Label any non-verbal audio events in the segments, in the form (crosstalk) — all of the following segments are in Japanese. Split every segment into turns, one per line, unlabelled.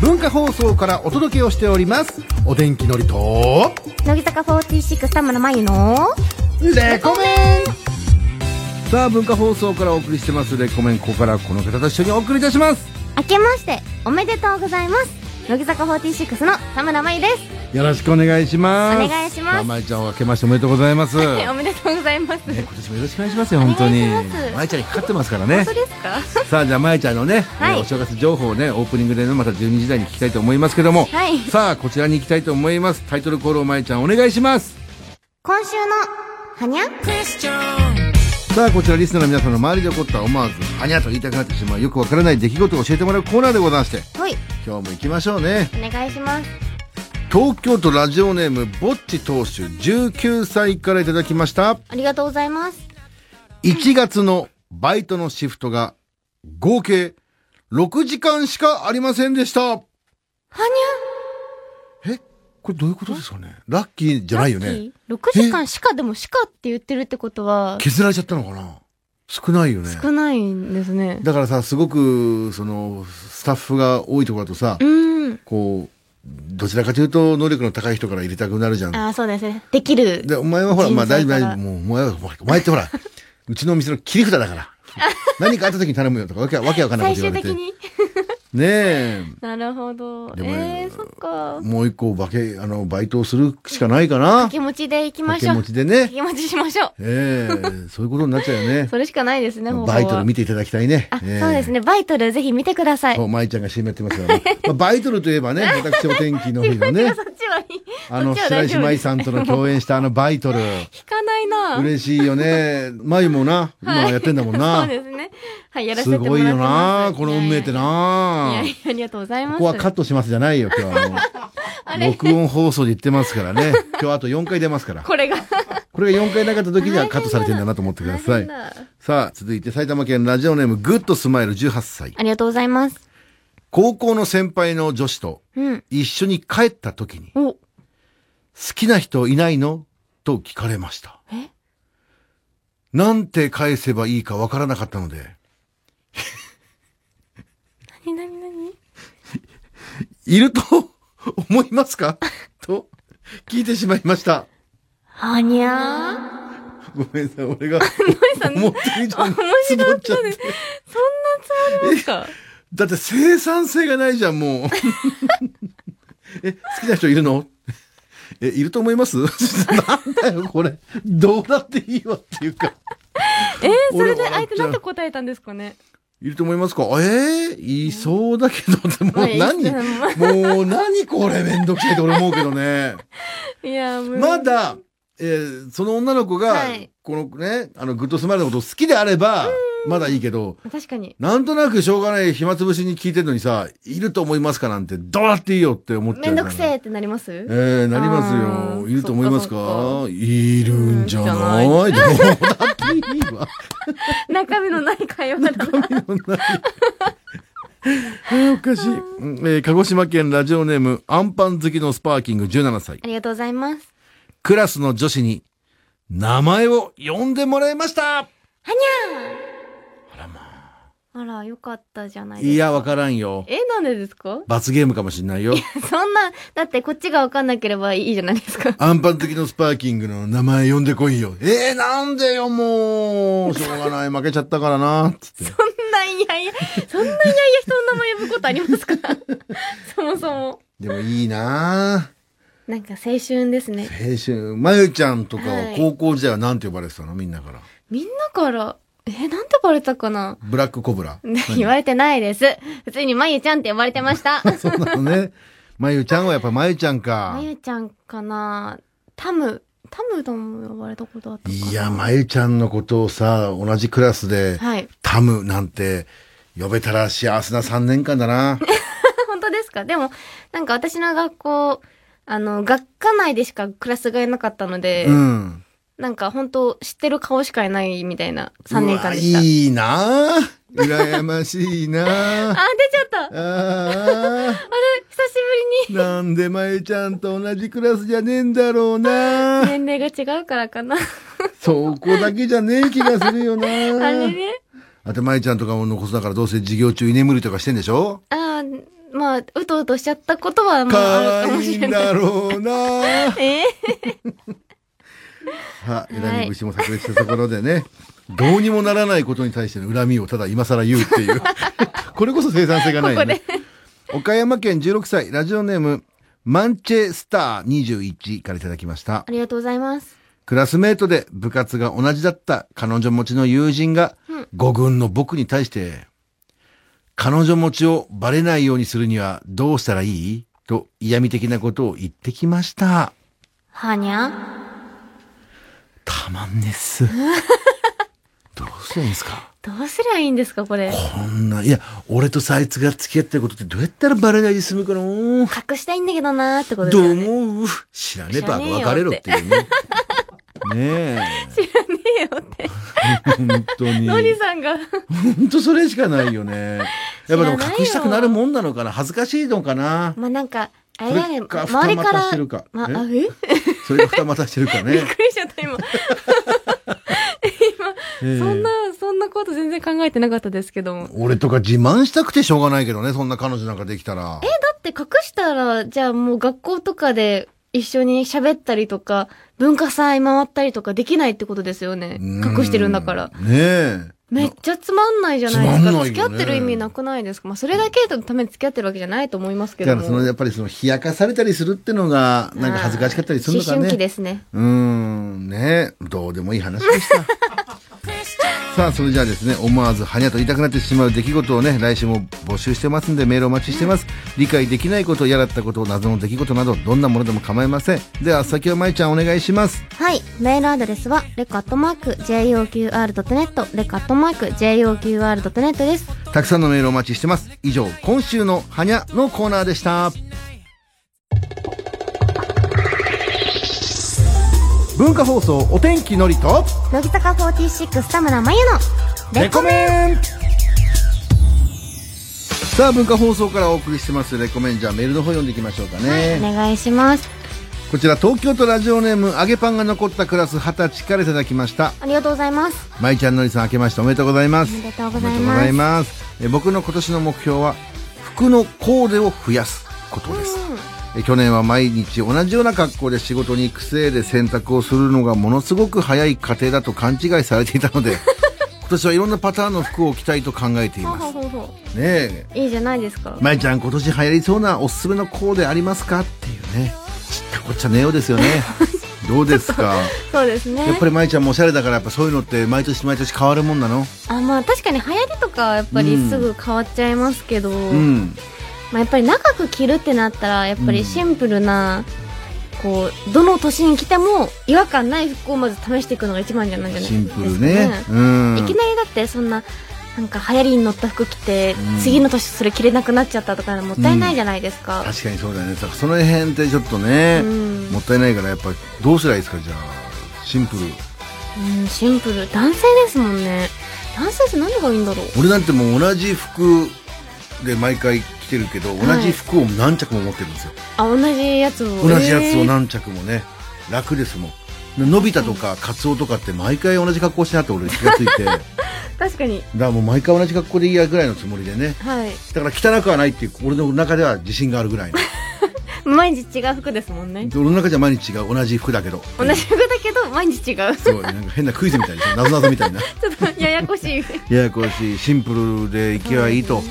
文化放送からお届けをしておりますお天気のりと
乃木坂46田村真由の
レコメンさあ文化放送からお送りしてますレコメンここからこの方と一緒にお送りいたします
明けましておめでとうございます乃木坂46の田村真由です
よろしくお願いします
お願いします
さあまいちゃん明けましておめでとうございます
おめでとうございます
ね今年もよろしくお願いしますよ本当に
お願いします
まいちゃんにかかってますからね
本当ですか
さあじゃあまいちゃんのね、
はい
えーお正月情報をねオープニングでねまた12時台に聞きたいと思いますけども、
はい
さあこちらに行きたいと思いますタイトルコールをまいちゃんお願いします
今週のはにゃ
さあこちらリスナーの皆さんの周りで起こった思わず「はにゃ」と言いたくなってしまうよくわからない出来事を教えてもらうコーナーでございまして
はい
今日も行きましょうね
お願いします
東京都ラジオネームぼっち投手19歳からいただきました
ありがとうございます
1月のバイトのシフトが合計6時間しかありませんでした。
はに
えこれどういうことですかねラッキーじゃ
ゃ
ないよ
ラッ
ね。
キー6時間しかでもしかって言ってるってことは
削られちゃったのかな少ないよね。
少ないんですね
だからさ、すごく、その、スタッフが多いところだとさ
う、ーん
こう、どちらかというと能力の高い人から入れたくなるじゃん。
ああそうですねできる
で、お前はほら、
人
まあ大
材
丈夫大丈
から
夫。もう、お前は、お前ってほら、うちのお店の切り札だから。何かあった時に頼むよとか、わけわけわかんないこ
最
と言
終
われ
的
て。ね
に
え。
(laughs) なるほど
でもね
えー、そっか
もう一個バケ、あの、バイトをするしかないかな。
気持ちでいきま
掛
し
け
ょう
持ちでね。
気持ちしましょ
ええそういうことになっちゃうよ
う
ね。
それしかないですね方法は
バイトル見ていただきたいね。
あ、
ええ
そうです。ね。バイトルぜひ見てください。
そう、舞ちゃんが CM やってますから、まあ、バイトルといえばね、私お天気の日
(laughs)
のね
そ、っちはいい。
あの、
そっち
白
は大
石麻
丈夫で
衣
す
さんとの共演したあのバイトル。
引かないな。
嬉しいよね。麻衣もな、今やってんだもんな。
そうですね。はい、やらせ
す
てもらっ
ご
て
い
ます。
よな、この運命って
い
な
やいや。いや、ありがとうございま
こ
す。
こはカットしますじゃないよ、今日はもう。
あれ
録音放送で言ってますからね。今日あと4回出ますから。
これが。
これが4回なかった時にはカットされてるんだなと思ってください
大変。だ
さあ、続いて埼玉県ラジオネームグッドスマイル18歳。
ありがとうございます。
高校の先輩の女子と
うん。
一緒に帰った時に、好
お、
きな人いないのと聞かれました。
え
なんて返せばいいかわからなかったので、
なになになに
いると思いますか (laughs) と聞いてしまいました。
はにゃー
ごめんなさい、俺が
さん
思って以上に
面白
詰ま
か
っ
っ
ちゃったて
です。そんなつもりですか
だって生産性がないじゃん、もう。 (laughs) え、好きな人いるのえ、いると思います (laughs) なんだよ、これ。どうだっていいわっていうか。
えー、それ
俺
で
笑
相
っ
手
ちゃう
なんて答えたんですかね
いると思いますかえー、いそうだけど、でも
まあいい
何
ですね (laughs)
もう何これめんどくさいと俺思うけどね。
いや、もう
ま、だ、えーその女の子が
はい、
このね、あの、グッドスマイルのことを好きであれば、まだいいけど、
確かに。
なんとなくしょうがない暇つぶしに聞いてるのにさ、いると思いますかなんて、どうだっていいよって思っちゃうか
め
ら。
んどくせえってなります
えー、なります
あ
よ。
ー
いると思いますか
そ
いるんじゃないど
う
うだっていいわ。
中身のない会話だな (laughs)
えー (laughs) おかしい、うんえー鹿児島県ラジオネーム、アンパン好きのスパーキング17歳。
ありがとうございます。
クラスの女子に、名前を呼んでもらいました
あら、よかったじゃないですか。
いや、わからんよ。
え、なんでですか (laughs)
罰ゲームかもしんないよ。
そんな、だってこっちがわかんなければいいじゃないですか。
アンパン好きのスパーキングの名前呼んでこいよ。えー、なんでよ、
(laughs)
もう。しょうがない、負けちゃったからな。つって。
そんないやいや、そんないやいや人の名前呼ぶことありますか (laughs) そもそも。
でもいいな
なんか青春ですね。
青春。まゆちゃんとか
は
はい高校時代はなんて呼ばれてたのみんなから。
みんなから、え、なんて呼ばれたかな
ブラックコブラ。
言われてないです。普通にまゆちゃんって呼ばれて
(laughs)
ました。
そうなのね。まゆちゃんはやっぱまゆちゃんか
ま。ゆちゃんかなタム、タムとも呼ばれたことあったかな。
いや、まゆちゃんのことをさ、同じクラスで、
はい。
タムなんて呼べたら幸せな3年間だな。
(laughs) 本当ですかでも、なんか私の学校、あの、学科内でしかクラスがいなかったので、
うん。
なんか本当知ってる顔しかいないみたいな3年間でし
うわ
た。
いいな羨ましいな
(laughs) あ、出ちゃったあれ、
あ
久しぶ
ーなんでまゆちゃんと同じクラスじゃねえんだろうな (laughs)
りに年齢が違うからかな。
そこだけじゃねえ気がするよな
あれね。
あとまゆちゃんとかも残すだからどうせ授業中居眠りとかしてんでしょ
あーまあ、うとうとしちゃったことは、まあ、ある
可
かも
愛い
し
ん
れない。
だろうな
え
は恨み節も炸裂したところでね、 (laughs) どうにもならないことに対しての恨みをただ今更言うって (laughs) いう。これこそ生産性がないよね。岡山県16歳、ラジオネーム、マンチェスター21からいただきました
あ。りがとうございます。
クラスメートで部活が同じだった彼女持ちの友人が
うん、
五軍の僕に対して、彼女持ちをバレないようにするにはどうしたらいいと嫌味的なことを言ってきました。
はにゃ
たまんねっす。
(laughs)
どうするんですか
どうすりゃいいんですか、これ。
こんな、いや、俺とさあいつが付き合ってることってどうやったらバレないで済むかな
隠したいんだけどなーってことです
どう
よね。
思う知らねえば
知らねえよって
別れろっていうね。
(laughs)
ね
知らねえよって。
え。本当に。
のりさんが。
本当それしかないよね。やっぱでも
知らないよ
隠したくなるもんなのかな恥ずかしいのかな
まあなんか、あれだね、
それか
周りか
二股してる
ら、
か
まあ、
え
あえ
それが二股してるか
(laughs) びっ
ね。
くりしちゃった、今。
ええ
そんな、そんなこと全然考えてなかったですけども。だ
俺とか自慢したくてしょうがないけどね、そんな彼女なんかできたら。
って隠したら、じゃあもう学校とかで一緒に喋ったりとか、文化祭回ったりとかできないってことですよね。
うん
隠してるんだから。。
ねえ。
めっちゃつまんないじゃないです
つ
か。
まんないよね
付き合ってる意味なくないですか。まあそれだけのために付き合ってるわけじゃないと思いますけ
だ
ど
か
も。
らそのやっぱりその冷やかされたりするってのがなんか恥ずかしかったりするのか
思春期
ね。
ですね。
うーんねどうでもいい話でしたさあそれじゃあですね思わずはにゃと言いたくなってしまう出来事をね来週も募集してますんでメールお待ちしてます理解できないことやらったこと謎の出来事などどんなものでも構いませんでは先をまいちゃんお願いします
はい。メールアドレスは、レカットマーク、JOQR.net、レカットマーク、JOQR.net です。
たくさんのメールお待ちしてます以上今週のはにゃのコーナーでした文化放送お天気のりと
乃木坂46田村真由の
レコメンさあ文化放送からお送りしてますレコメンじゃあメールの方読んでいきましょうかね、
お願いします
こちら東京都ラジオネーム揚げパンが残ったクラス二十歳からいただきました
ありがとうございます
まいちゃんのりさん明けましておめでとうございます
おめでとうご
おめ
ざ
でと
い
うご
ます
ざいますえ僕の今年の目標は服のコーデを増やすことですえ去年は毎日同じような格好で仕事に行くせいで洗濯をするのがものすごく早い過程だと勘違いされていたの
(laughs)
で今年はいろんなパターンの服を着たいと考えてい
うんほう
ま
ほう
す
ほうほ
ねえ
ういいじゃないですか
まいちゃん今年流行りそうなおすすめのコーデありますかっていうねちったこっちゃねえよう
(laughs)
ですよねどうですか
そうですね
やっぱりまいちゃんもおしゃれだからやっぱそういうのって毎年毎年変わるもんなの
あまあ確かに流行りとかはやっぱりすぐ変わっちゃいますけど、
うん
まあ、やっぱり長く着るってなったらやっぱりシンプルな、こうどの年に着ても違和感ない服をまず試していくのが一番じゃないじゃない
シ
で
ン
す
プ
か
ルねうん
いきなりだってそんななんか流行りに乗った服着て、
うん
次の年それ着れなくなっちゃったとかもったいないじゃないですか、
確かにそうだよねさその辺ってちょっとね、
うん
もったいないからやっぱどうすりゃいいですかじゃあシンプル
うん、シンプル男性ですもんね男性って何がいいんだろう
俺なんてもう同じ服で毎回着てるけど同
はい
じ服を何着も持ってるんですよ、
あ同じやつを
同じやつを
えー
何着もね、楽ですもんのび太とかカツオとかって毎回同じ格好してなって俺気がついて
(laughs)
だか
確かに
らもう毎回同じ格好でいいやぐらいのつもりでね
はい
だから汚くはないっていう俺の中では自信があるぐらいの
毎日違う服ですもんね
で俺の中じゃ毎日違う同じ服だけど
同じ服だけど毎日違う (laughs)
すごいなんか変なクイズみたいな謎々みたいな
ちょっとやや
(laughs)
こしい
ややこしいシンプルでいけばいいと。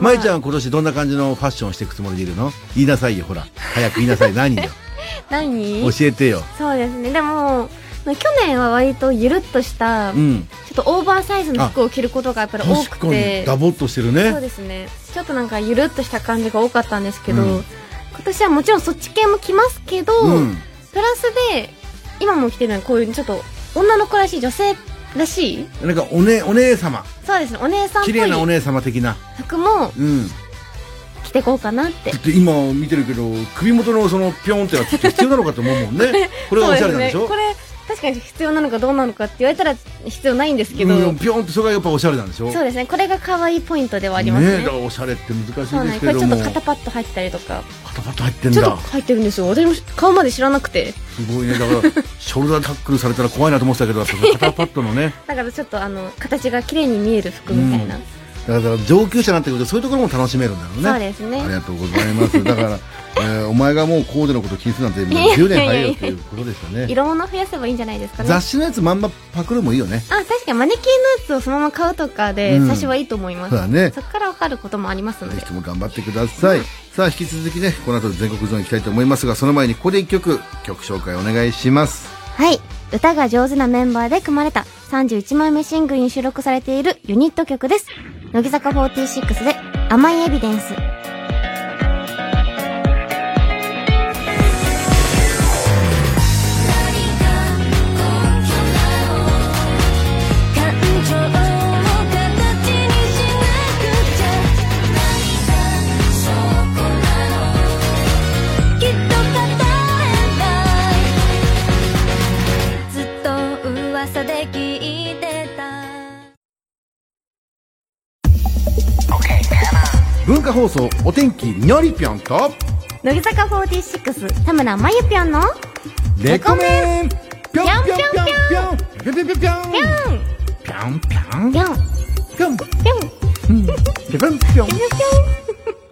まいちゃんは今年どんな感じのファッションをしていくつもりでいるの言いなさいよ、ほら。早く言いなさい。
(laughs)
何よ。
何
教えてよ。
そうですねでもまあ去年は割とゆるっとした、
う
ち
ん。
ょっとオーバーサイズの服を着ることがやっぱり多
確か
く
に、
て
ダボっとしてる
そう
ね。
ですねちょっとなんかゆるっとした感じが多かったんですけど、
うん
今年はもちろんそっち系も着ますけど、
うん。
プラスで今も着てるのはこういうちょっと女の子らしい女性らしい
なんか、おね、お姉様。
そうですねお姉さんっ
綺
ぽ
麗なお
い
姉様的な。
服も
うん。
着てこうかなって
だって今見てるけど、首元のその、ぴょんってやつって必要なのかと思うもん
(laughs)
ね。これはおしゃれなんでしょ
そうですねこれ確かに必要なのかどうなのかって言われたら必要ないんですけど、
うん、ぴょんってそれがやっぱおしゃれなんでしょ
そうですねこれが可愛いポイントではありますね
えだからおしゃれって難し
そう
い
なん
で
ですす
け
これち
ど
ょっ
も。
と肩パッド入ってたりとか
肩パッド入ってん
ちょっと
だ。
入ってるんですよ私も顔まで知らなくて
すごいね。だから、ショルダータックルされた (laughs) ら怖いなと思ってたけど、その肩パッドのね。
だからちょっとあの形が綺麗に見える服みたいな、
うんだから上級者になってくるとそういうところも楽しめるんだろうね
そうですね
ありがとうございますだから (laughs) えーお前がもうコーデのこと気にするなんてもう10年 (laughs) 早いよっていうことでしたね
色物増やせばいいんじゃないですかね
雑誌のやつまんまパクるもいいよね
あ確かにマネキンのやつをそのまま買うとかで、
うん
最初はいいと思います
そうだね
そこから分かることもありますの
ぜ
で
ひとも頑張ってください、さあ引き続きねこの後全国ゾーン行きたいと思いますがその前にここで1曲曲紹介お願いします
はい歌が上手なメンバーで組まれた31枚目シングルに収録されているユニット曲です乃木坂46で「甘いエビデンス」
感情を形にしなくちゃ何かを証拠なのきっと語れないずっと噂で聞いてた
文化放送お天気にょりぴょんと
乃木坂46田村真由ぴょんの
レコメンぴょん
ん
ぴょんぴょんぴょんぴょんぴょん
ぴょん
ぴょんぴょん
ぴょ
ぴょん
んぴょん
ぴょんぴょん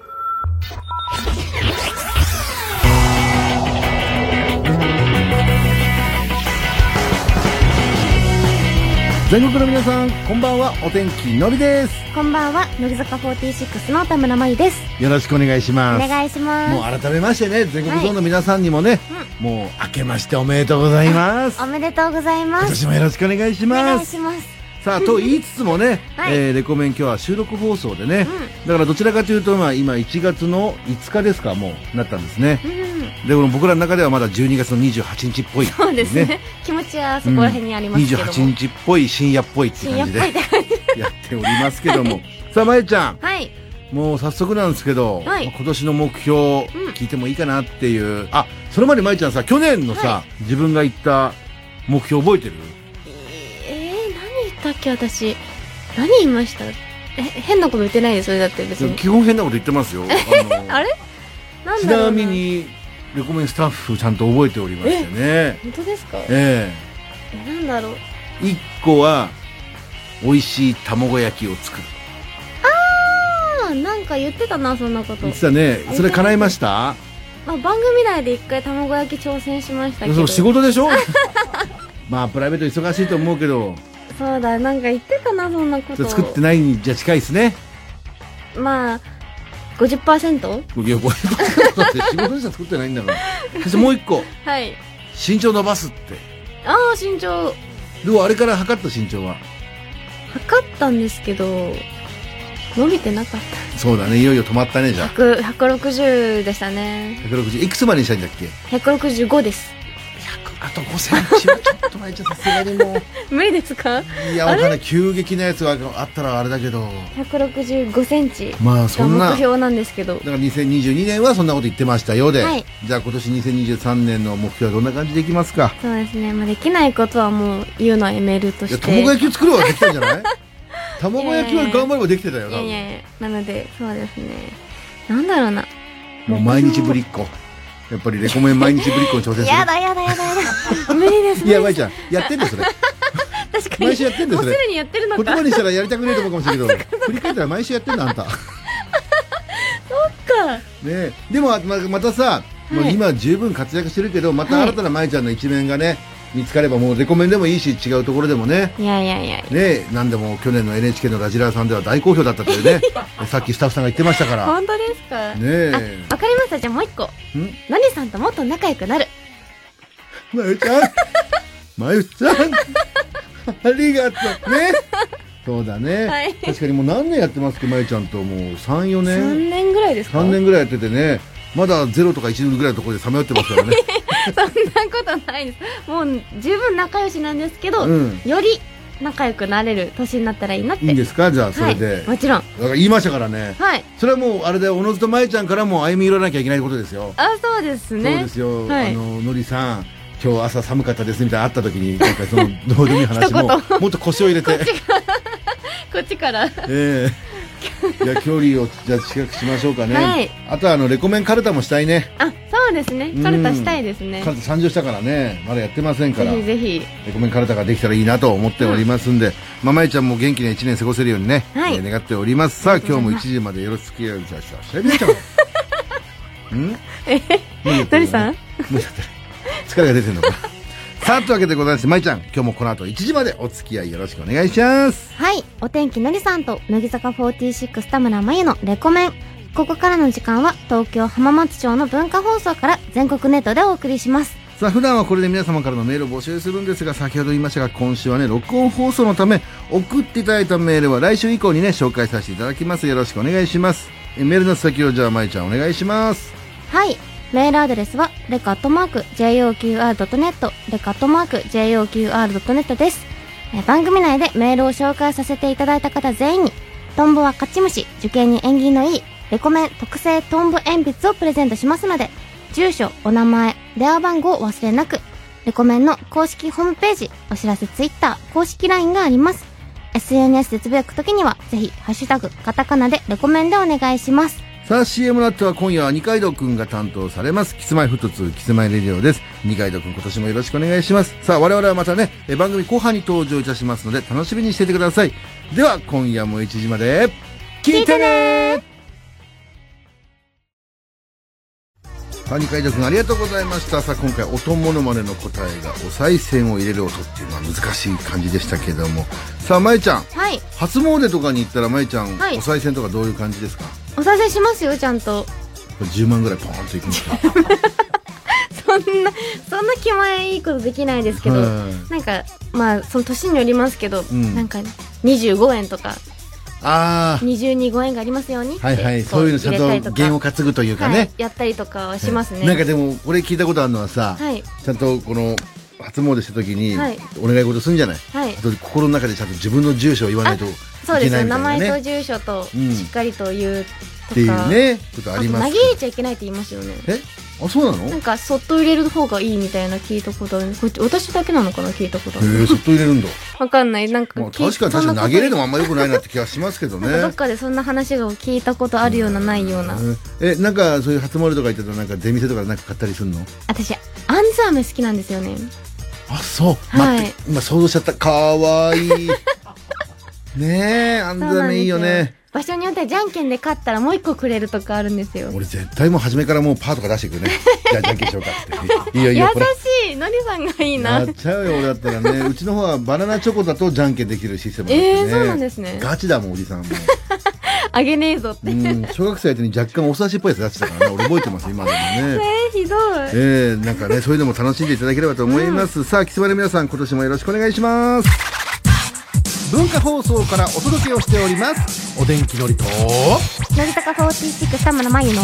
全国の皆さんこんばんはお天気のりです
こんばんは乃木坂46の田村真由です
よろしくお願いし
お
ます
願いし
もう
ま
改めましてね全国ゾーンの皆さんにもね、もう明けましておめでとうございます
すおめでとうございま
今
す
年もよろしくお願いし
お願
ま
い
す
します
さあと言いつつもね、
はい
えーレコメン今日は収録放送でね、だからどちらかというと、まあ、今1月の5日ですかもうなったんですね、
うん
でこの僕らの中ではまだ12月の28日っぽい、
そうですね気持ちはそこら辺にありますけども、
28日っぽい深夜っぽいっていう
深夜
感
っ
じ
ぽ
で
いって感じ
やっておりますけども、さあまゆちゃん
はい
もう早速なんですけど、
はい
今年の目標聞いてもいいかなっていう、あその前にまゆちゃんさ去年のさ、自分が言った目標覚えてる
えー、何言ったっけ私何言いましたえ変なこと言ってないですよだって別に
基本変なこと言ってますよあの
あれなん
ち
だろ
な
う
みにレコメンスタッフちゃんと覚えておりましてね
本当ですか
え
えなんだろう
え一個は美味しい卵焼きを作る
あーなんか言ってたなそんなこと
言ってたねそれ叶いました
まあ、番組内で一回卵焼き挑戦しましたけ
そ
ど
う仕事でし (laughs) ょまあプライベート忙しいと思うけど
そうだなんか言ってたなそんなこ
そ
と
れ作ってないにじゃ近いですね
まあ 50%?
いやこれだ (laughs) って仕事でしか作ってないんだからそしてもう一個
はい
身長伸ばすって
ああ身長
でもあれから測った身長は
測ったんですけど伸びてなかっ
そうだねいよいよ止まったねじゃあ
た100 160でしたね
160いくつまでにしたいんだっけ
165です
あと5センチはちょっとまいちゃんさすがにもう
無理ですか
いや、わかんない。急激なやつがあったらあれだけど。
165センチ
まあ、そ
が
んな。
目
だか
標なんですけど
ら2022年はそんなこと言ってましたようで。
はい
じゃあ今年2023年の目標はどんな感じでいきますか
そうですね、まあ、できないことはもう言うのはやめると
いや、
して
卵焼きを作るはできたんじゃない
(laughs)
卵焼きは頑張ればできてたよ、
い
多
やい
分。
やいやなのでそうですねなんだろうな
もう毎日ぶりっ子。やっぱりレコメン毎日ぶりっ子に挑戦する。
やだやだやだやだ (laughs) 無理です
いや、
ね
まいちゃん、やってんだよ、それ。
確かに
毎週やってんだ
も
よ、そ
うす
れ。
でにやってるの
言
か
葉にしたらやりたくねえと思うかもしれない
(laughs)
けど、振り返ったら毎週やってんだ、あんた。
か
ねえでもままたさ、
い
もう今十分活躍してるけどまた
はい
新たな舞ちゃんの一面がね見つかればもうレコメンでもいいし違うところでもね
いやいやいや
ねえ何でも去年の NHK のラジラーさんでは大好評だったというねさっきスタッフさんが言ってましたから
本当ですか、
ねえ
わかりましたじゃあもう一個
ん
何さんともっと仲良くなる
まゆちゃんまゆ
(laughs)
ちゃんありがとうねそうだね、
はい
確かにもう何年やってますっけまゆちゃんともう34年
3年ぐらいですか
3年ぐらいやっててねまだ0とか1ぐらいのところでさまよってますからね
(laughs) そんなことないですもう十分仲良しなんですけど、
うん
より仲良くなれる年になったらいいなって
いいんですかじゃあそ
は
れ
い
で、
もちろん
だから言いましたからね、
はい
それはもうあれでおのずとまえちゃんからも歩み寄らなきゃいけないことですよ、
あそうです
そう
ね
ですよ、
はい
あののりさん今日朝寒かったですみたいなのあった時
(laughs)
になんかそのどうでもいい話も
一
もっと腰を入れて、
こっちから
ええいや距離をじゃあ近くしましょうかね、
はい
あとはあのレコメンカルタもしたいね
あそうそうですねカルタしたいですね
カルタ誕生したからねまだやってませんか
ぜ
ら
ひぜひ
えごめんカルタができたらいいなと思っておりますんで、ママイちゃんも元気な1年過ごせるようにね、
はい
えー願っておりますさあ今日も1時までよろしくお願いしますしゃべっちゃうんえ
のりさん
無理だったね疲れが出てんのかさあというわけでございましてまいちゃん今日もこの後1時までお付き合いよろしくお願いします
はいお天気のりさんと乃木坂46田村真由のレコメンここからの時間は東京浜松町の文化放送から全国ネットでお送りします
さあ普段はこれで皆様からのメールを募集するんですが先ほど言いましたが今週はね録音放送のため送っていただいたメールは来週以降にね紹介させていただきますよろしくお願いしますえメールの先をじゃあまいちゃんお願いします
はい。メールアドレスは、レカットマーク、JOQR.net、レカットマーク、JOQR.net です。えー番組内でメールを紹介させていただいた方全員に、トンボは勝ち虫、受験に縁起のいい、レコメン特製トンボ鉛筆をプレゼントしますので、住所、お名前、電話番号を忘れなく、レコメンの公式ホームページ、お知らせツイッター、公式 LINE があります。SNS でつぶやくときには、ぜひ、ハッシュタグ、カタカナでレコメンでお願いします。
さあ CM の後は今夜は二階堂くんが担当されますキスマイフットツーキスマイレディオです二階堂くん今年もよろしくお願いしますさあ我々はまたねえ番組後半に登場いたしますので楽しみにしていてくださいでは今夜も1時まで聞いてねさあ二階堂くんありがとうございましたさあ今回音モノマネの答えがお賽銭を入れる音っていうのは難しい感じでしたけどもさあまえちゃん
はい。
初詣とかに行ったらまえちゃん、
はい
お賽銭とかどういう感じですか
おさせしますよ、ちゃんと。
これ10万ぐらいポーンといくんですか
そんな、そんな気前いいことできないです (laughs) けど、
はい
なんか、まあ、その年によりますけど、
ん
なんか、25円とか、
あ
225円がありますようにって、
はいはい
こ
そういうのちゃ
入れ
ん
た
と
りか
弦を担ぐというかね、
はい、やったりとかはしますね。
なんかでもこれ聞いたことあるのはさ、
はい
ちゃんとこの初詣した時に
はい
お願い事するんじゃない、
はい
あと心の中でちゃんと自分の住所を言わないとい
そうで
け
す
ない
よ、
みた
名
いな
前
ね
と住所と、
うん
しっかりと言う
っ
と
てい
か、
うねことあ
あと
り
投げ
ます
入れちゃいけないって言いますよね。
えあそうなの
なんか、そっと入れる方がいいみたいな聞いたことある。これ私だけなのかな、聞いたことある。
へえそっと入れるんだ、
わかんない。なんか、
まあ、
聞い
確かに確かに投げ入れるのもあんま良くないなって気がしますけどね
なんかどっかでそんな話を聞いたことあるようなないような
うんえなんかそういう初詣とか行ったとなんか出店とかなんか買ったりするの
私あんず飴好きなんですよね
あそう、
はい
待って今想像しちゃったかわ
(laughs)
いいねえあん
そう
ざ
なんです
め
よ
いいよね
場所によってはじゃんけんで勝ったらもう一個くれるとかあるんですよ優
俺絶対もう初めからもうパーとか出していくるねじゃあじゃんけんしようかっていいよいいよこれ
しいのりさんがいい
や
な
っちゃうよ俺だったらねうちの方はバナナチョコだとじゃんけんできるシステムなん
え
で
ー、
ね、
そうなんですね
ガチだもんおじさんも
あげねえぞって
う
え
ん小学生相手に若干お察しっぽいやつ出してたからね俺覚えてます今でもね
ー、ひどい
えー、なんかね、そういうのも楽しんでいただければと思います。さあ、キスマイの皆さん、今年もよろしくお願いします。文化放送からお届けをしております。お天気のりと、
乃木坂46田村真由の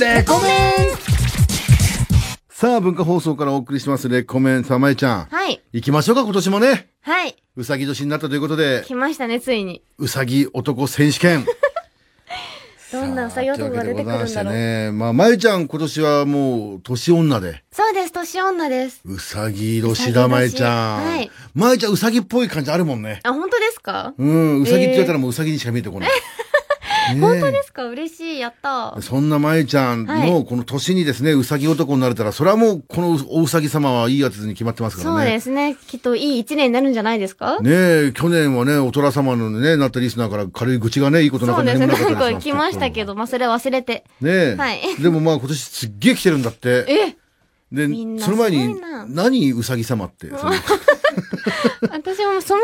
レコメンさあ、文化放送からお送りします、レコメン。さあ、まえちゃん。
はい
行きましょうか、今年もね。
はい、
うさぎ年になったということで、
来ましたね、ついに。
うさぎ男選手権。
(laughs) どんなうさぎ男が出てくるん
さ
だ
あというわけでございま
ろ
し
う。
ね、まあ、まゆちゃん、今年はもう、年女で。
そうです、年女です。
うさぎ年だ、まえちゃん。
うさぎ年はい
まえちゃん、うさぎっぽい感じあるもんね。
あ、本当ですか、
うん、うさぎって言ったらもううさぎにしか見えてこ
(laughs)
ない。
本当
ね
ですか嬉しい、やった
えそんなまえちゃん
は
のこの年にですね、うさぎ男になれたら、それはもうこのおうさぎ様はいいやつに決まってますか
そ
ら
うで
ね。
すね。きっといい一年になるんじゃないですか
ねえ、去年はね、お虎様のね、なったリスナーから軽い愚痴がね、いいことなか
そう
った
です
りも
ね。
な
なん
か
か
ったり
来ましたけ
ど。
ど、まあ、それは忘れて。
ねえ。
はい
でもまあ今年すっげえ来てるんだって。
え
で
みん、な
その前
す
に
ごいな、
何うさぎ様って。その
(laughs) 私もそもそも、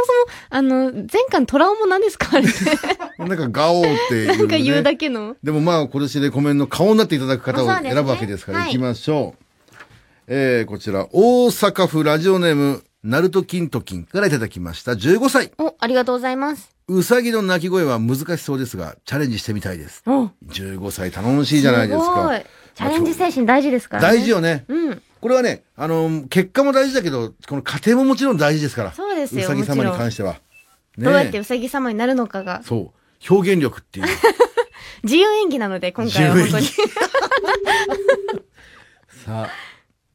あの、前回トラウマなんですかあれって。
なんかガオーっていう、ね。
なんか言うだけの。
でもまあ今年でコメンの顔になっていただく方を
まあそうです
選
ね
ぶわけですから、
はい
行きましょう。えー、こちら、大阪府ラジオネーム、ナルトキントキンからいただきました。15歳。
お、ありがとうございます。
うさぎの鳴き声は難しそうですが、チャレンジしてみたいです。
お
15歳頼もしいじゃないですか。。
チャレンジ精神大事ですからね。
大事よね。
うん。
これはね、あのー結果も大事だけど、この過程ももちろん大事ですから。
そうですよ
うさぎ様
もち
に
ろん
関しては。ね
どうやってうさぎ様になるのかが。
そう。表現力って
(laughs)
いう。
自由演技なので、今回は本当に
自。さあ、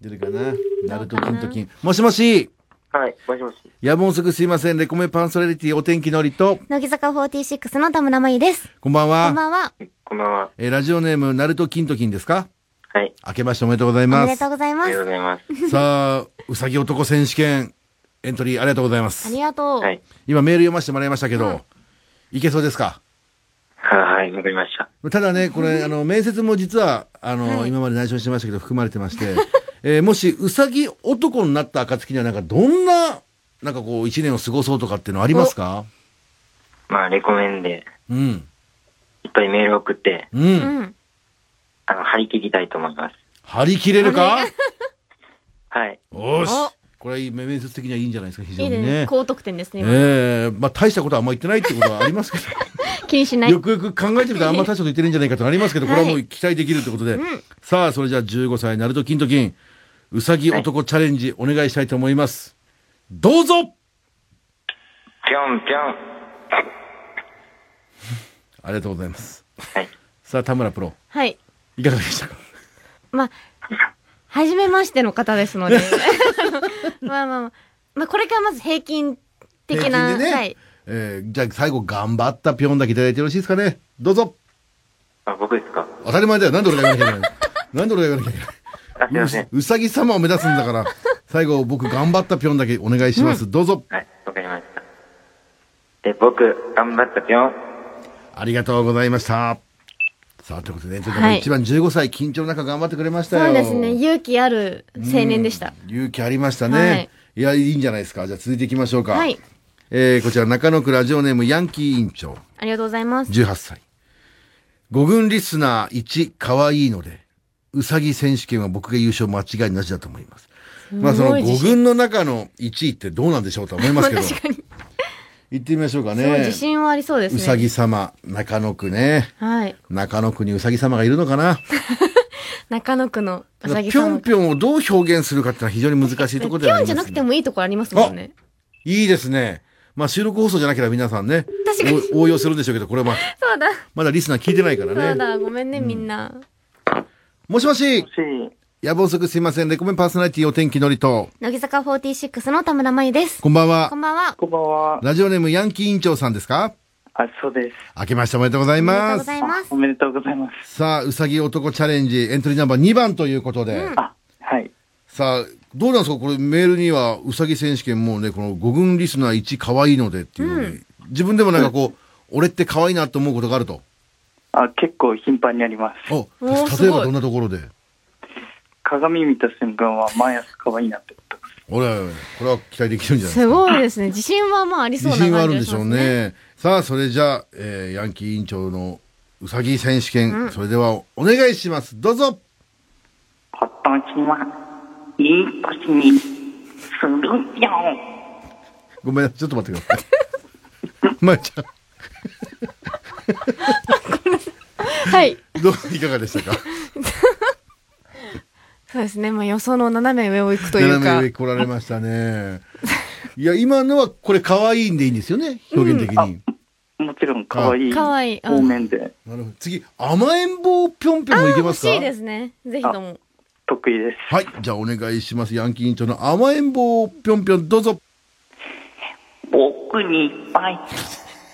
出るかなナルトキントキン。もしもし
はい、もしもし。
やもうすぐすいません。レコメパンソナリティお天気のりと、
乃木坂46の田村真由です。
こんばんは。
こんばんは。
こんばんは。
えーラジオネーム、ナルトキントキンですか
ははい。
明けましておめでとうござい
おめ
ま
ですとう。ござい
あ
ま
りがと
す。
うございます。
さあ、うさぎ男選手権、エントリーありがとうございま
あ
す
り。がとう。
はい。
今メール読ませてもらいましたけど、いけそうですか
はい、わかりました。
ただね、これ、あの、面接も実は、あの、今まで内緒にしてましたけど、含まれてまして、えーもし、うさぎ男になった暁には、なんか、どんな、なんかこう、一年を過ごそうとかっていうのありますか
まあ、レコメンで、
うん。
いっぱいメール送って、
う。
うんん。
あの、張り切りたいと思います。
張り切れるか
はい。
おーし
お
これは面接的にはいいんじゃないですか、非常
いい
に
ですね。
ね。
高得点ですね。今
ええまあ、大したことはあんま言ってないってことはあります
(laughs)
けど。
気にしない。
よくよく考えてみたらあんま大したこと言ってないんじゃないかとなりますけど、これはもう期待できるってことで。さあ、それじゃあ15歳、ナルト金と金、うさぎ男チャレンジお願いしたいと思います。どうぞ
ぴょんぴょん。
ありがとうございます。
はい。
さあ、田村プロ、
はい。
いかがでしたか
まあ、はじめましての方です
(laughs)
ので。まあまあまあ。まあこれがまず平均的
平
な。
均でね
はい。
えー、じゃあ最後頑張ったぴょんだけいただいてよろしいですかねどうぞ
あ、僕ですか
当たり前だよ。なんで俺が言わなきゃいけないのなんで俺が言わなきゃいけない
あ、すいません。
うさぎ様を目指すんだ
(laughs)
から、最後僕頑張ったぴょんだけお願いします。どうぞ
はい、わかりました。で、僕、頑張ったぴょん。
ありがとうございました。さあ、ということでね、とにかく
はい
一番15歳、緊張の中頑張ってくれましたよ。
そうですね。勇気ある青年でした。
勇気ありましたね。
はいい、
や、いいんじゃないですか。じゃあ続いていきましょうか。
はい。
えー、こちら、中野区ラジオネーム、ヤンキー委員長、
ありがとうございます。
18歳。五軍リスナー1、可愛いので、うさぎ選手権は僕が優勝間違いなしだと思います。まあ、その
自
五軍
信
の中の1位ってどうなんでしょうとは思いますけ
(laughs)
ど、
確かに。
行ってみましょうか
すごい
ね
自。信はありそうです
う
ね。
さぎ様、中野区ね。
はい。
中野区にうさぎ様がいるのかな
中野区のうさぎ
ぴ
さ
ょん
ん。
ぴょんをどう表現するかってのは非常に難しいところで
ぴ
は
ょ
あ
ん
り
じゃ
ま
な
すね、
くてもいいところありますもんね。
いいですね。まあ収録放送じゃなければ皆さんね、
確かに
お応用するんでしょうけど、これはまあ、
そうだ。
まだリスナー聞いてないか
そ
らね。
うだ。ごめんね、みんな。
もしもし
も、し、
野望足すいません、レコメンパーソナリティお天気のりと、
乃木坂46の田村真由です。
こんばんは
こん。ばんは。
こんばんは。
ラジオネームヤンキー委員長さんですか
あ、そうです。
明けましておめでとうござい
ありがとう
ま
ご
す。
ざいます
お。めでとうございます。
さあ、うさぎ男チャレンジ、エントリーナンバー2番ということで、
あ、はい。
さあ、どうなんですかこれメールには、うさぎ選手権もうね、この5軍リスナー1可愛いのでっていうふうに、自分でもなんかこう、俺って可愛いなと思うことがあると。
あ結構頻繁にあります。
お
ー
例
す
え
ご
ば
い
どんなところで
鏡見た瞬間は毎朝可愛いなって思った。
おらこれは期待できるんじゃないです
す
か
ごいですね。自信はまあありそう
自
な
信
感
はある
じ
ん
が
で
し
しょ
ま
う
す
ね。さあそれじゃあ、えーヤンキー委員長のうさぎ選手権、それではお願いしますどうぞ
今年はいい年にするよ。
ごめんちょっと待ってください
(laughs)
まゆちゃん
はい。
どういかがでしたか
そうですね。まあ予想の斜め上を行くという
斜め
か
上。来られましたねいや今のはこれ可愛いんでいいんですよね表現的に、
もちろん可愛い
可愛い。
方面で
なるほど次甘えん坊ぴょんぴょんもいけ
欲
ますか
しいですね。ぜひとも。
得意です。
はいじゃあお願いしますヤンキー委員長の甘えん坊ぴょんぴょんどうぞ
僕にいっぱい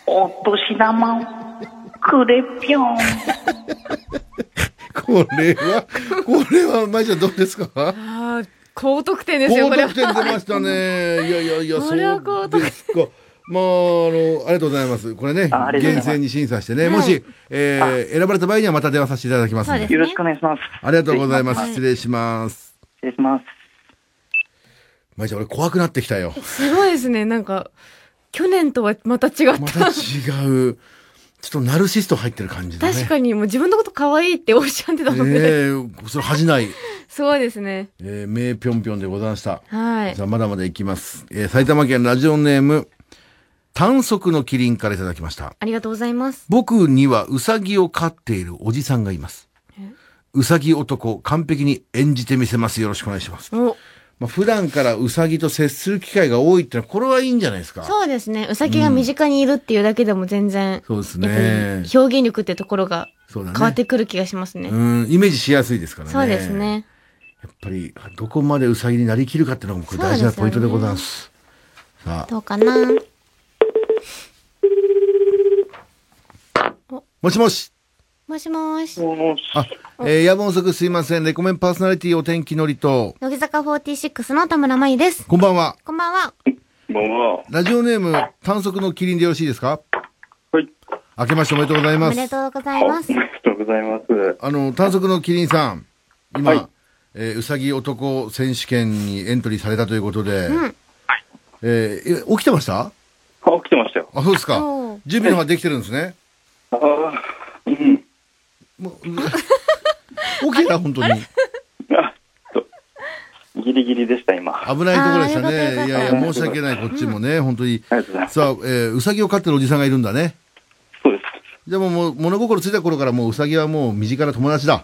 お年玉をくれぴょん。
これ
(laughs)
は、これは、まいちゃんどうですか高
ああ、高得点ですよ、これ
得点
は。
出ましたね。いやいやいや、そ
これは高
う
得
ですか。まあ、あの、ありがとうございます。これね
ああ、りがとうご
厳
ざいます
正に審査してね、もし、えー選ばれた場合にはまた電話させていただきますん
そう
で。
です
よろしくお願いします。
ありがとうございま
失
す。失礼します。
礼します。
まいちゃん、俺怖くなってきたよ。 (laughs)
すごいですね。なんか、去年とはまた違っ
ま
た。
た違う、ちょっとナルシスト入ってる感じだね。
確かに、もう自分のこと可愛いっておっしゃってたので、
ええそれ恥じない、
すごいですね。
えー、名ぴょんぴょんでございました。
はい
じ。ゃあまだまだいきます。えー埼玉県ラジオネーム、短足のキリンからいただきました。
ありがとうございます。
僕にはウサギを飼っているおじさんがいます。ウサギ男、完璧に演じてみせます。よろしくお願いします。
お、
まあ、普段からウサギと接する機会が多いってのは、これはいいんじゃないですか。
そうですね。うさぎが身近にいるっていうだけでも全然、
そうです
や
ね
っぱ。り表現力ってところが
そうだね。
変わってくる気がしますね。
うん、イメージしやすいですからね。
そうです。ね。
やっぱり、どこまでウサギになりきるかっていうのがこれ大事なポイントでございます。さあ、
どうかな
もしもし。
もしもーし。
もう
あ、えー、夜分遅くすいません。レコメンパーソナリティお天気のりと、
乃木坂46の田村真由です。
こんばんは。
こんばんは。
も
ラジオネーム、短足のキリンでよろしいですか
う、はい。
明けましておめでとうござい
お
ま。
めですとうござ
あ
います
お。めでとうございます。
あの、短足のキリンさん、今、
はい
えーうさぎ男選手権にエントリーされたということで、
うん。
えーえ起きてました
あ、起きてましたよ。
あ、そうですか
おー。
準備の方はできてるんですね。
ああ、うん。
もう、う起きた、本当に。
あ、ちょっとギリギリでした、今。あ
危ないところでした
あーよか
ね。
ったよかっ
い
た
やいや、申し訳ない、こっちもね、本当に。
りがとうございます。
さあ、えーうさぎを飼ってるおじさんがいるんだね。
そうです。
じゃあもうもう、物心ついた頃からもううさぎはもう身近な友達だ。
あ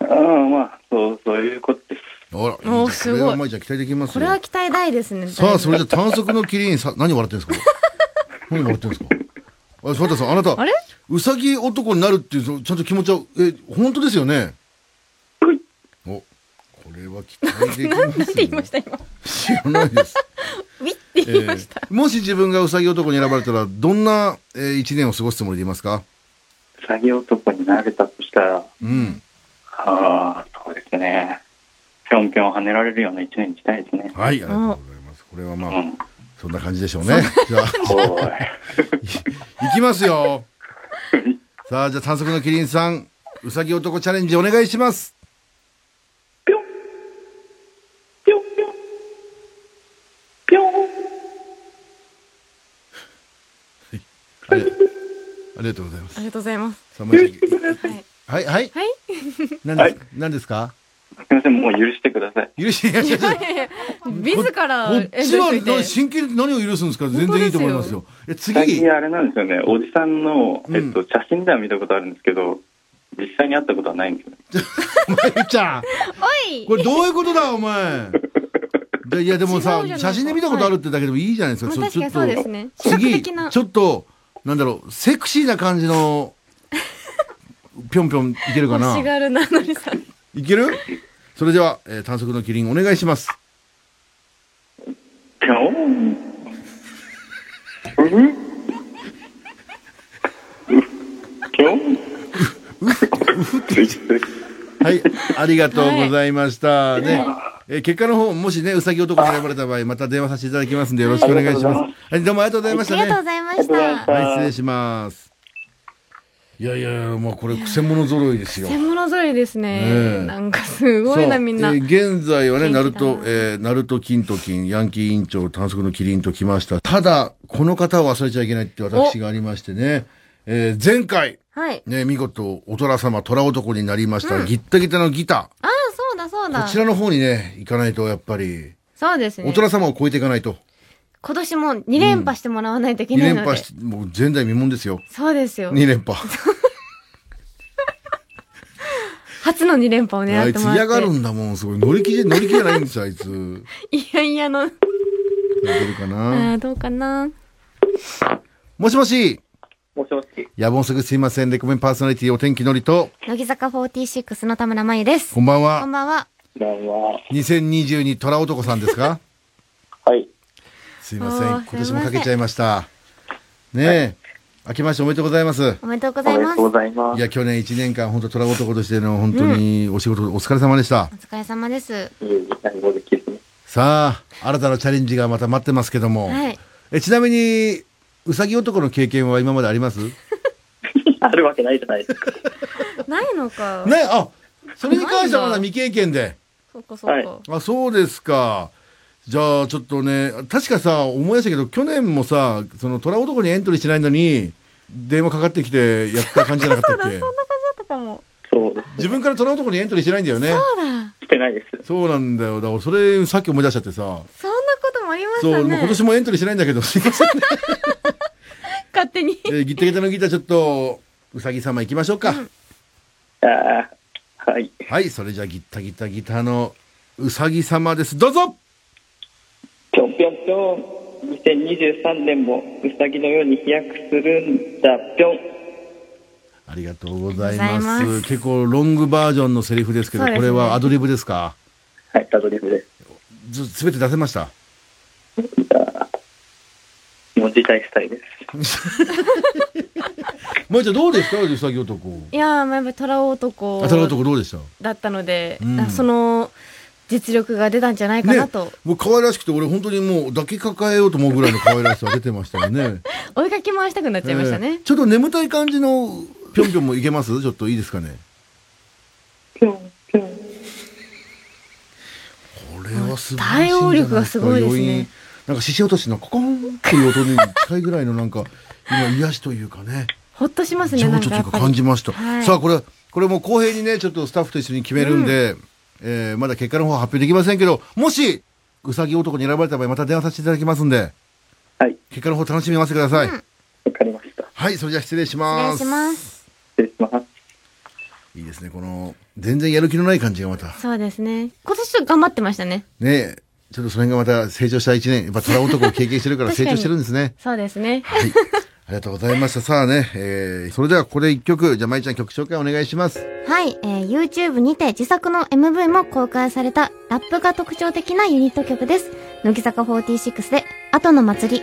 あ、まあ、そう、そういうことです。
あら、
おー
いい
すごい
これはまあじゃあ期待できますよ。
これは期待大ですね。
さあ、
だいぶ
それじゃ短足のキリンさ、何笑ってんですか何笑ってんですかあ、そうださん、あなた、
あれ (laughs)
うさぎ男になるっていう、そのちゃんと気持ちは、え、本当ですよねお、これは期待できますよ。
なんて言いました今。
知らないです。
ウィって
え
言いました。
ーもし自分がうさぎ男に選ばれたら、どんな、えー一年を過ごすつもりでいますか
作業男になれたとしたら、
うん。
ああ、そうですね。ぴょんぴょん跳ねられるような一年にしたいですね。
はい、ありがとうございます。これはま
う
あ、
ん。
そんな感じでしょうね。じゃあ、
おい。
いきますよ。さあ、じゃあ、短足のキリンさん、うさぎ男チャレンジお願いします。
ぴょん。ぴょんぴょん。ぴょん。
ありありがとうございます。
ありがとうございます。
さあ、もう一度
はい。
はい、はい。
はい
何
は
で
い
す何ですか
すみません、もう許してください。
許していやいやいや
自
こっ
ら
ちは
演説して
真剣に何を許すんですか全然いいと思いますよ。え、
最
次
近、あれなんですよね、おじさんの、
うん
えっと、写真では見たことあるんですけど、実際に会ったことはないんですよね。
まゆちゃん。
おい
これどういうこと
(laughs)
だ、お前。でいや、でもさ
違うじゃない、ですか
写真で見たことあるってだけでもいいじゃないですか。
まあ
そ
確
ちょっ
かにそう
と
ですね比較
次、
的な
ちょっと、なんだろう、セクシーな感じの、ぴょんぴょんいけるかな
欲しがるなのりさん。
いけるそれでは、えー短足のキリンお願いします。
ぴょん。ぴょん。
はい、ありがとうございました。ね、えー結果の方、もしね、うさぎ男に選ばれた場合、また電話させていただきますんで、よろしくお願いします。はい、どうもありがとうございまし
あ
た
りがとうご
ね。
ざいまし
ありがとうござい
た
ます。
はい、失礼します。いやいや、まあ、これ、くせ者揃いですよ。
専門ぞりです
ね
ね
え。
なんかすごいな、みんな
そうえ。ー現在はね、ナル
元気だな
ト、えー、ナルト金と金、ヤンキー委員長、短足のキリンと来ました。ただ、この方を忘れちゃいけないって私がありましてね、えー前回、
はい。
ね、見事、おとら様、虎男になりました、ギッタギタのギタ
ああ、そうだそう
ー。
だ
こち。らの方にね、行かないと、やっぱり、
そうです
お
ね
と。ら様を超えていかないと。
今年も2連覇してもらわないといけ
2
ない
連
の
覇
で。
して、もう前代未聞ですよ。
そうですよ。
2連覇。
(laughs) 初の2連覇を
あ
狙っ
い
て
つ
もら
嫌が
っ
る
て。
んだもん、すごい。乗り気じゃ、乗り気じゃないんですよ、あいつ。乗
いやいやの。
れるか
あ
な。
ーどうかな。
もしもし、
もしもし。
やぼんすぐすいません、レコメンパーソナリティお天気のりと、
乃木坂46の田村真由です
こ。んばん
こん
は。
ばんは。
こんばんは。
2022虎男さんです (laughs) か
はい。
すいません。
あ
今
ー
年もかけちゃいました。ねえ。明けましておめでとうございます。
おめでとうご
お
ざ
め
い
で
ま
と
す。
う
お
ございま
い
す。
や、去年1年間、本当虎男としての本当にお仕事、お疲れ様でした。
疲れ様です。
いい時間ごできるね。
さあ、新たなチャレンジがまた待ってますけども。
はい。
えちなみに、うさぎ男の経験は今までありますね
あるわけないじゃないですか。
ないのか。
あそれに関してはまだ未経験で。
そうかそうか。
は
あ、そうですか。じゃあ、ちょっとね、確かさ、思い出したけど、去年もさ、その虎男にエントリーしないのに、電話かかってきてやった感じじゃなかったっ
(laughs)
け
とかも。
そうです。
自分から虎男にエントリーしてないんだよね。
そうだ。
してないです。
そうなんだよ。だから、それ、さっき思い出しちゃってさ。
そんなこともありました
そう、
ね。
今年もエントリーしてないんだけど、すいません
(laughs)
ね。
勝手に。
えーギッタギタのギター、ちょっと、うさぎ様行きましょうか。
ああ、はい。
はい、それじゃあ、ギッタギタギターのうさぎ様です。どうぞ
ぴょんぴょんぴょん。2023年もうさぎのように飛躍するんだぴょん。
ありがとうございます。
ありがとうございます
結構ロングバージョンのセリフですけど、
そうで
こ
すね
れはアドリブですか
はい、アドリブです。
ずすべて出せました。
もう辞退したいです。
まいちゃんどうでしたうさぎ男。
いやー、まあ、やっぱり虎男
当たる男どうでした
だったので、
うん
あその実力が出たんじゃないかなと、
ね、もう可愛らしくて、俺本当にもう抱きかかえようと思うぐらいの可愛らしさが出てましたよ (laughs) ね。
追いかけ回したくなっちゃいましたね
えー。ちょっと眠たい感じのぴょんぴょんもいけますちょっといいですかね。これはすごいシーンじゃないですか。
対応力がすごいですね
余韻なんか獅子落としのココンっていう音に近いぐらいのなんか、今癒しというかね、
ほっとしますね、
情
な
緒
ん
と
か
い
や
う
っ
か
ぱ
感
り
じ。ました。
はい
さあこれ、これもう公平にね、ちょっとスタッフと一緒に決めるんで、えーまだ結果の方は発表できませんけど、もし、うさぎ男に選ばれた場合、また電話させていただきますんで、
はい、
結果の方楽しみに待ってください。
わかりました。
はい、それじゃあ失礼し
お願
ま
い
す。
します。
失礼します。
いいですね、この、全然やる気のない感じがまた。
そうですね。今年ちょっと頑張ってましたね。
ねえ、ちょっとその辺がまた成長した一年、やっぱ虎男を経験してるから
確か
成長
に
してるんですね。
そうですね。
はい。ありがとうございました。さあね、えー、それではここで一曲、じゃあまいちゃん曲紹介お願いします。
はい、えー YouTube にて自作の MV も公開されたラップが特徴的なユニット曲です。乃木坂46で、後の祭り。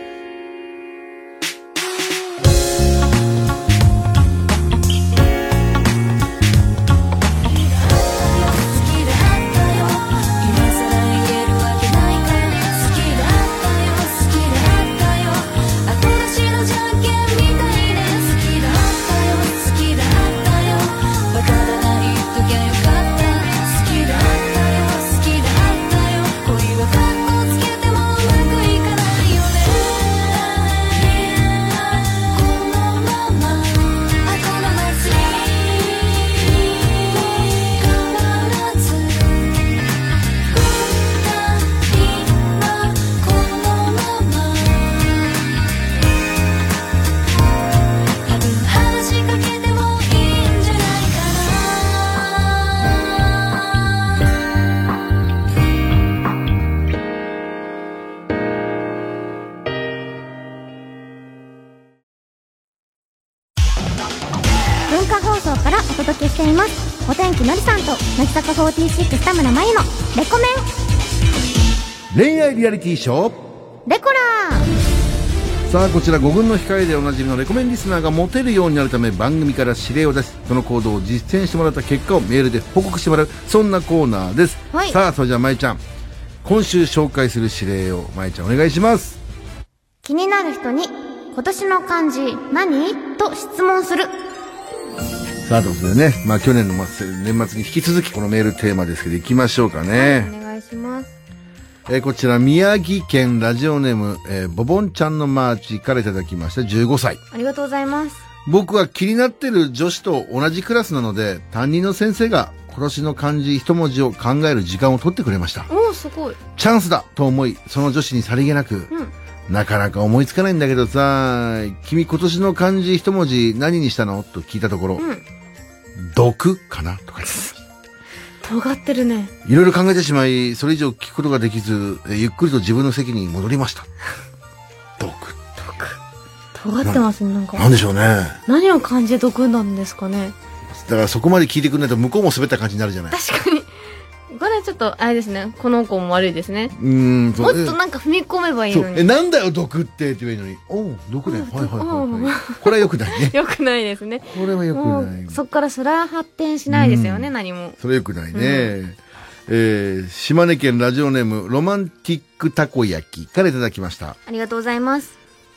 話しかけてもいいんじゃないかな
文化放送からお届けしています。お天気のりさんと、乃木坂46田村真由の、レコメ
恋愛リアリティショー。
ンレコラー
さあ、こちら5軍の控えでおなじみのレコメンリスナーがモテるようになるため番組から指令を出し、その行動を実践してもらった結果をメールで報告してもらう、そんなコーナーです。
はい
さあ、それじゃあまいちゃん、今週紹介する指令をまいちゃんお願いします。
気になる人に、今年の漢字何と質問する。
さあ、ということでね、まあ去年の末、年末に引き続きこのメールテーマですけど、行きましょうかね。
お願いします。
えーこちら、宮城県ラジオネーム、えーボボンちゃんのマーチからいただきました、15歳。
ありがとうございます。
僕は気になってる女子と同じクラスなので、担任の先生が今年の漢字一文字を考える時間を取ってくれました。
おお、すごい。
チャンスだと思い、その女子にさりげなく、
ん
なかなか思いつかないんだけどさ、君今年の漢字一文字何にしたのと聞いたところ、
うん
毒かなとかです。
尖ってるね。
いろいろ考えてしまい、それ以上聞くことができず、えゆっくりと自分の席に戻りました。毒。
尖ってますね、なんか。
なんでしょうね。
何を感じで毒なんですかね。
だからそこまで聞いてくれないと向こうも滑った感じになるじゃない。
確かに。これはちょっと、あれですね。この子も悪いですね。
うーん、
も
そ
っ
う
となんか踏み込めばいい
そう
の
え、
に。
なんだよ、毒ってって言えばいいのに。おう、毒だよ。はいはいはいはい。これは良くないね。
よくないですね。
(laughs) これは良く
も、。
ないう
そっからそれは発展しないですよね、何も。
それ良くないね。えー、島根県ラジオネーム、ロマンティックたこ焼きからいただきました。
ありがとうございます。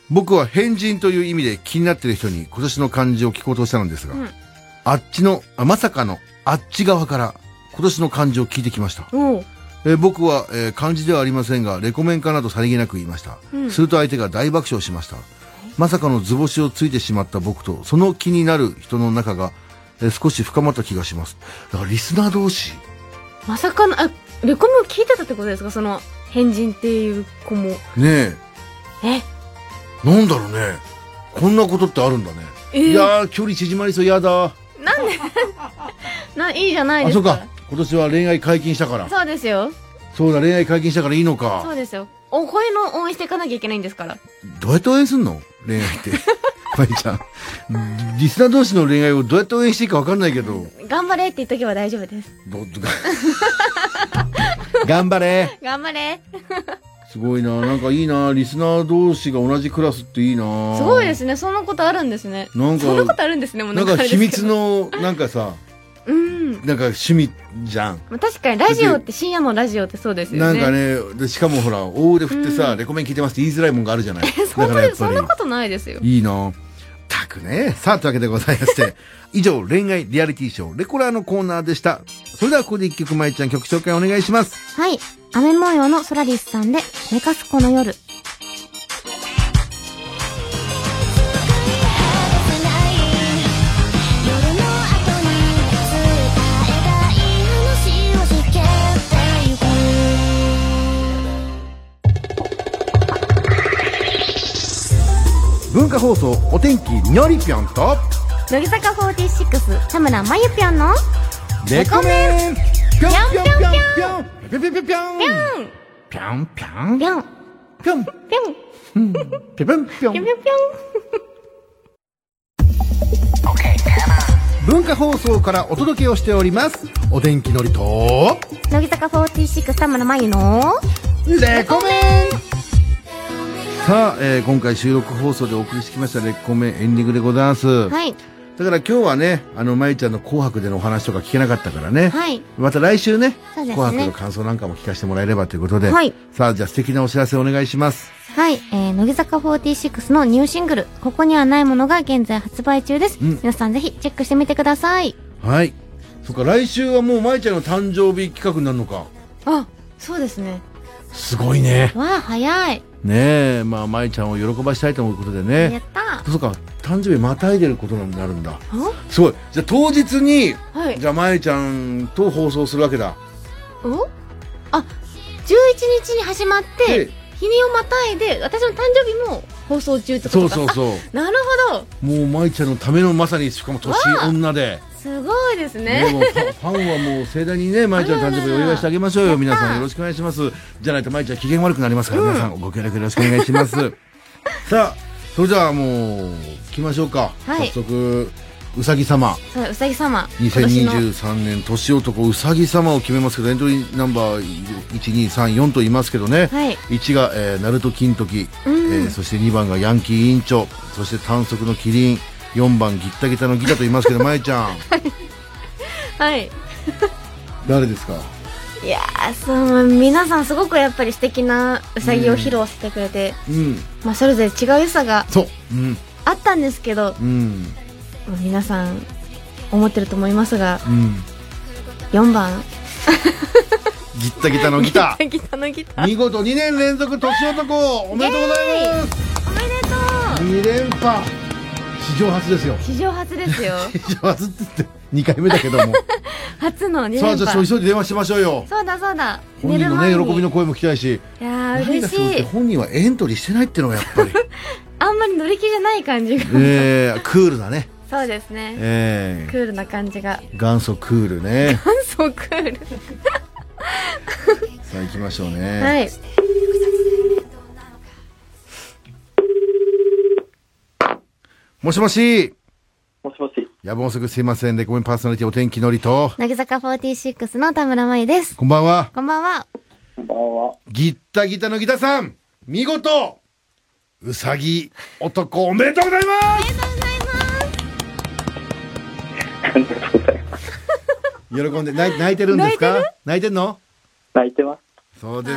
僕は変人という意味で気になってる人に今年の漢字を聞こうとしたのですが、
うん
あっちの、あまさかのあっち側から今年の漢字を聞いてきました。
おお。
えー僕は、えー漢字ではありませんが、レコメンかなとさりげなく言いました。
うん
すると相手が大爆笑しました。まさかの図星をついてしまった僕と、その気になる人の仲が、えー少し深まった気がします。だからリスナー同士、
まさかの、あ、レコメを聞いてたってことですかその、変人っていう子も。
ね
え、
え、なんだろうね。こんなことってあるんだね。
えー
いやー、距離縮まりそう、やだ。
な、いいじゃない
あ、
で
そう
すか。
か。今年は恋愛解禁したから。
そうですよ。
そうだ、恋愛解禁したからいいの
そう
か。
ですよ。お声の応援していかなきゃいけないんですから。
どうやって応援すんの恋愛
(laughs)
って。まいちゃん。リスナー同士の恋愛をどうやって応援していいか分かんないけど。
頑張れって言っとけば大丈夫です。
ど頑張れ
頑張れ。
すごいななんかいいなリスナー同士が同じクラスっていいな
すごいですねそんなことあるんですね
なんか
そんなことあるんですねもう
なん
あ
か秘
れですけ
密
ど
のなんかさ
(laughs) うん
なんか趣味じゃん
まあ確かにラジオって深夜のラジオってそうですよ
なん
ね
かねでしかもほら大腕振ってさ、レコメン聞いてますって言いづらいもんがあるじゃない
そ
だ
んな
からやっ
そんな
ぱ
ことないですよ
りいいなったくねさあというわけでございまして
(laughs)
以上恋愛リアリティショーレコラーのコーナーでしたそれではここで一曲まゆちゃん曲紹介お願いします
はい雨模様のソラリスさんで「寝かすこの夜」
せない夜の後に伝えたい話をしけってゆく
文化放送お天気にょりぴょんと
乃木坂46田村真由ぴょんの
レコメンぴょんぴょんぴょんぴょんぴょんぴょんぴょんぴょん
ぴょ
ぴょん
んぴょん
ぴょんぴょん
ぴょんぴょんぴょん
文化放送からお届けをしておりますお天気のりと
乃木坂46田村真由の
レコメンさあ、えー今回収録放送でお送りしてきましたレコメンエンディングでございます、
はい
だから今日はねあのまゆちゃんの「紅白」でのお話とか聞けなかったからね、
はい
また来週ね
そうですね
紅白」の感想なんかも聞かせてもらえればということで、
はい
さあじゃあ素敵なお知らせお願いします
はい、えー、乃木坂46のニューシングル「ここにはないもの」が現在発売中です、
ん
皆さんぜひチェックしてみてください
はいそっか来週はもうまゆちゃんの誕生日企画になるのか
あそうですね
すごいね
わあ早い
ねえまあまゆちゃんを喜ばしたいということで
や
ね
った
そうか誕生日またいでることになるんだ
お
すごいじゃあ当日に
はい
じゃあ、まゆちゃんと放送するわけだ。
おあ11日に始まっ
で
て日にをまたいで私の誕生日も放送中ってこ
そ
と
う
か
そうそう。
うなるほど
(laughs) もう、まゆちゃんのためのまさに、しかも年女で。
すごいです
ね、
ね
もうファンファンはもう盛大にね、まゆちゃんの誕生日お祝いしてあげましょうよ。皆さんよろしくお願いします。じゃないとまゆちゃん機嫌悪くなりますから、皆さんご協力よろしくお願いし
(laughs)
ます。さあ、それじゃあもう、行きましょうか。
はい
早速、うさぎ様。
そううさぎ様今年の
2023年年男うさぎ様を決めますけどエントリーナンバー1234と言いますけどね、
はい
1が、えー、ナルト金時、えーそして2番がヤンキー委員長そして短足のキリン4番ギッタギタのギタと言いますけどまえちゃ
(laughs)
ん
はい
誰ですか
いやーそう皆さんすごくやっぱり素敵なうさぎを披露してくれて、
うん
まあそれぞれ違う良さが
そううん
あったんですけど
うん
皆さん思ってると思いますが
うん
4番
ギッタギタのギタ
ギターのギ (laughs) ター
見事2年連続年男おめでとうございます
おめでと
2連
う
覇史上初ですよ
史上初です (laughs) よ
史上初って言って2回目だけ
(laughs)
ども
初の2連
さあ
覇
じゃあそう急いで電話しましょうよ
そうだそうだ
本人の
寝
ね
る前に
喜びの声も聞きたいし
いやー
なん
嬉
だそうっ
してい
本人はエントリーしてないっていうのがやっ
(laughs)
ぱり
あんまり乗り気じゃない感じが
えー、クールだね
そうですね
え
クールな感じが
ー、元祖クールね
なんそうクール
さあ行きましょうね、
はい
もしもし
もしもし、
やぶもうすぐすいませんレコメンパーソナリティお天気のりと
乃木坂46の田村真由です
こんばんは
こんばんは
こんばんは。
ギッタギタのギタさん見事うさぎ男おめでとうございます
ありがとうございます。
喜んで泣い泣いてるんですか泣いてるの
泣いてます。
そうです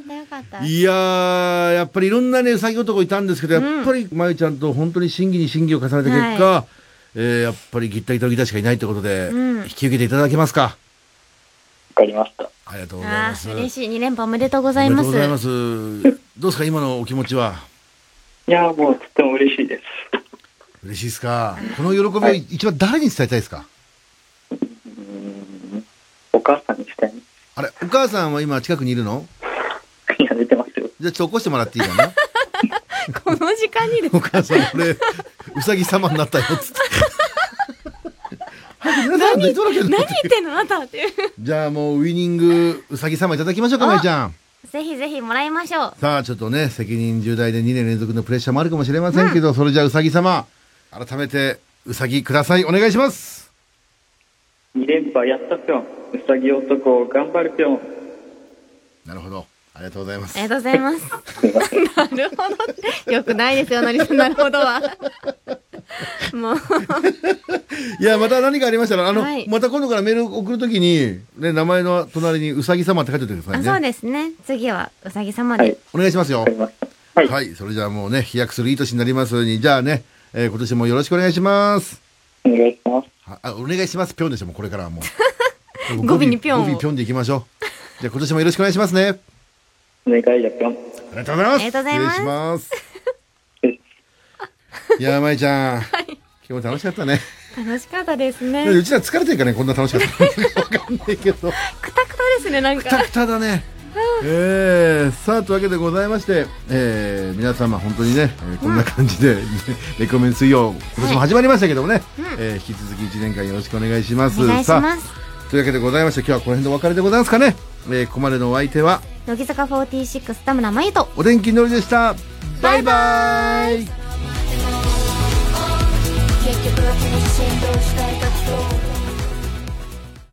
か
ーよかったよかっ
いやー、やっぱりいろんなね、うさぎ男いたんですけど、やっぱり、まゆちゃんと本当に審議に審議を重ねた結果、えーやっぱりギッタギタのギタしかいないということで、
うん
引き受けていただけますか。
わかりました。
ありがとうござい
たあ
ます。
ー
あ
嬉
り
しい2連覇おめでとうござい
が
ま
とうご
す
ざいます。どうですか、今のお気持ちは。
いやー、もうとっても嬉しいです。
嬉しいですか。この喜びを一番誰に伝えたいですか。
お母さんにしたい。
あれ、お母さんは今近くにいるの
いや、出てますよ。
じゃあちょっと起こしてもらっていいかな。
この時間にで
(laughs)
す
お母さん、俺、うさぎ様になったよ、つ (laughs) って。早く皆さん寝とるけど
何言ってんのあなたっていう
じゃあもうウイニングうさぎ様いただきましょうか、まいちゃん。
ぜひぜひもらいましょう
さあちょっとね、責任重大で2年連続のプレッシャーもあるかもしれませんけど、それじゃあうさぎ様、改めてうさぎください。お願いします。
2連覇やったぴょん。うさぎ男、頑張るぴょん。
なるほど。ありがとうございます
ありがとうござい
(laughs)
ます。なるほど。よくないですよ、のりさん。なるほどは。もう、
いやまた何かありましたらあの、
はい
また今度からメール送るときに、ね、名前の隣にうさぎ様って書いておいてくだ
あ、
さ
そ
いうね
ですね。次は、うさぎ様
はい
で。
お願いしますよ
わかりました。はい。
はい、それじゃあもうね、飛躍するいい年になりますように、じゃあね、えー今年もよろしくお願いします。
お願いします。
はあ、お願いします、ぴょんでしょ、もうこれから
(laughs)
はもう。
語尾にぴょんを
語尾ぴょんでいきましょう。じゃあ今年もよろしくお願いしますね。
お願いだぴょん。
ありがとうございます。
ありがとうございます
失礼します
失礼し。
いやー、まいちゃん。今日も楽しかったね。
楽しかったですね。
うちら疲れてるからね、こんな楽しか (laughs) った。わかんないけど。
くたくたですね、なん
くた
か。
くただね。えー、さあというわけでございまして、えー皆様本当にね、えーこんな感じで、 (laughs) レコメン水曜今年も始まりましたけどもね、えー引き続き1年間よろしくお願いします
お願いし
さ
ま
あ
す。
というわけでございまして今日はこの辺でお別れでございますかね、えーここまでのお相手は
乃木坂46田村真由と。
お天気のりでしたバイバイ
結局は気に振動したい活動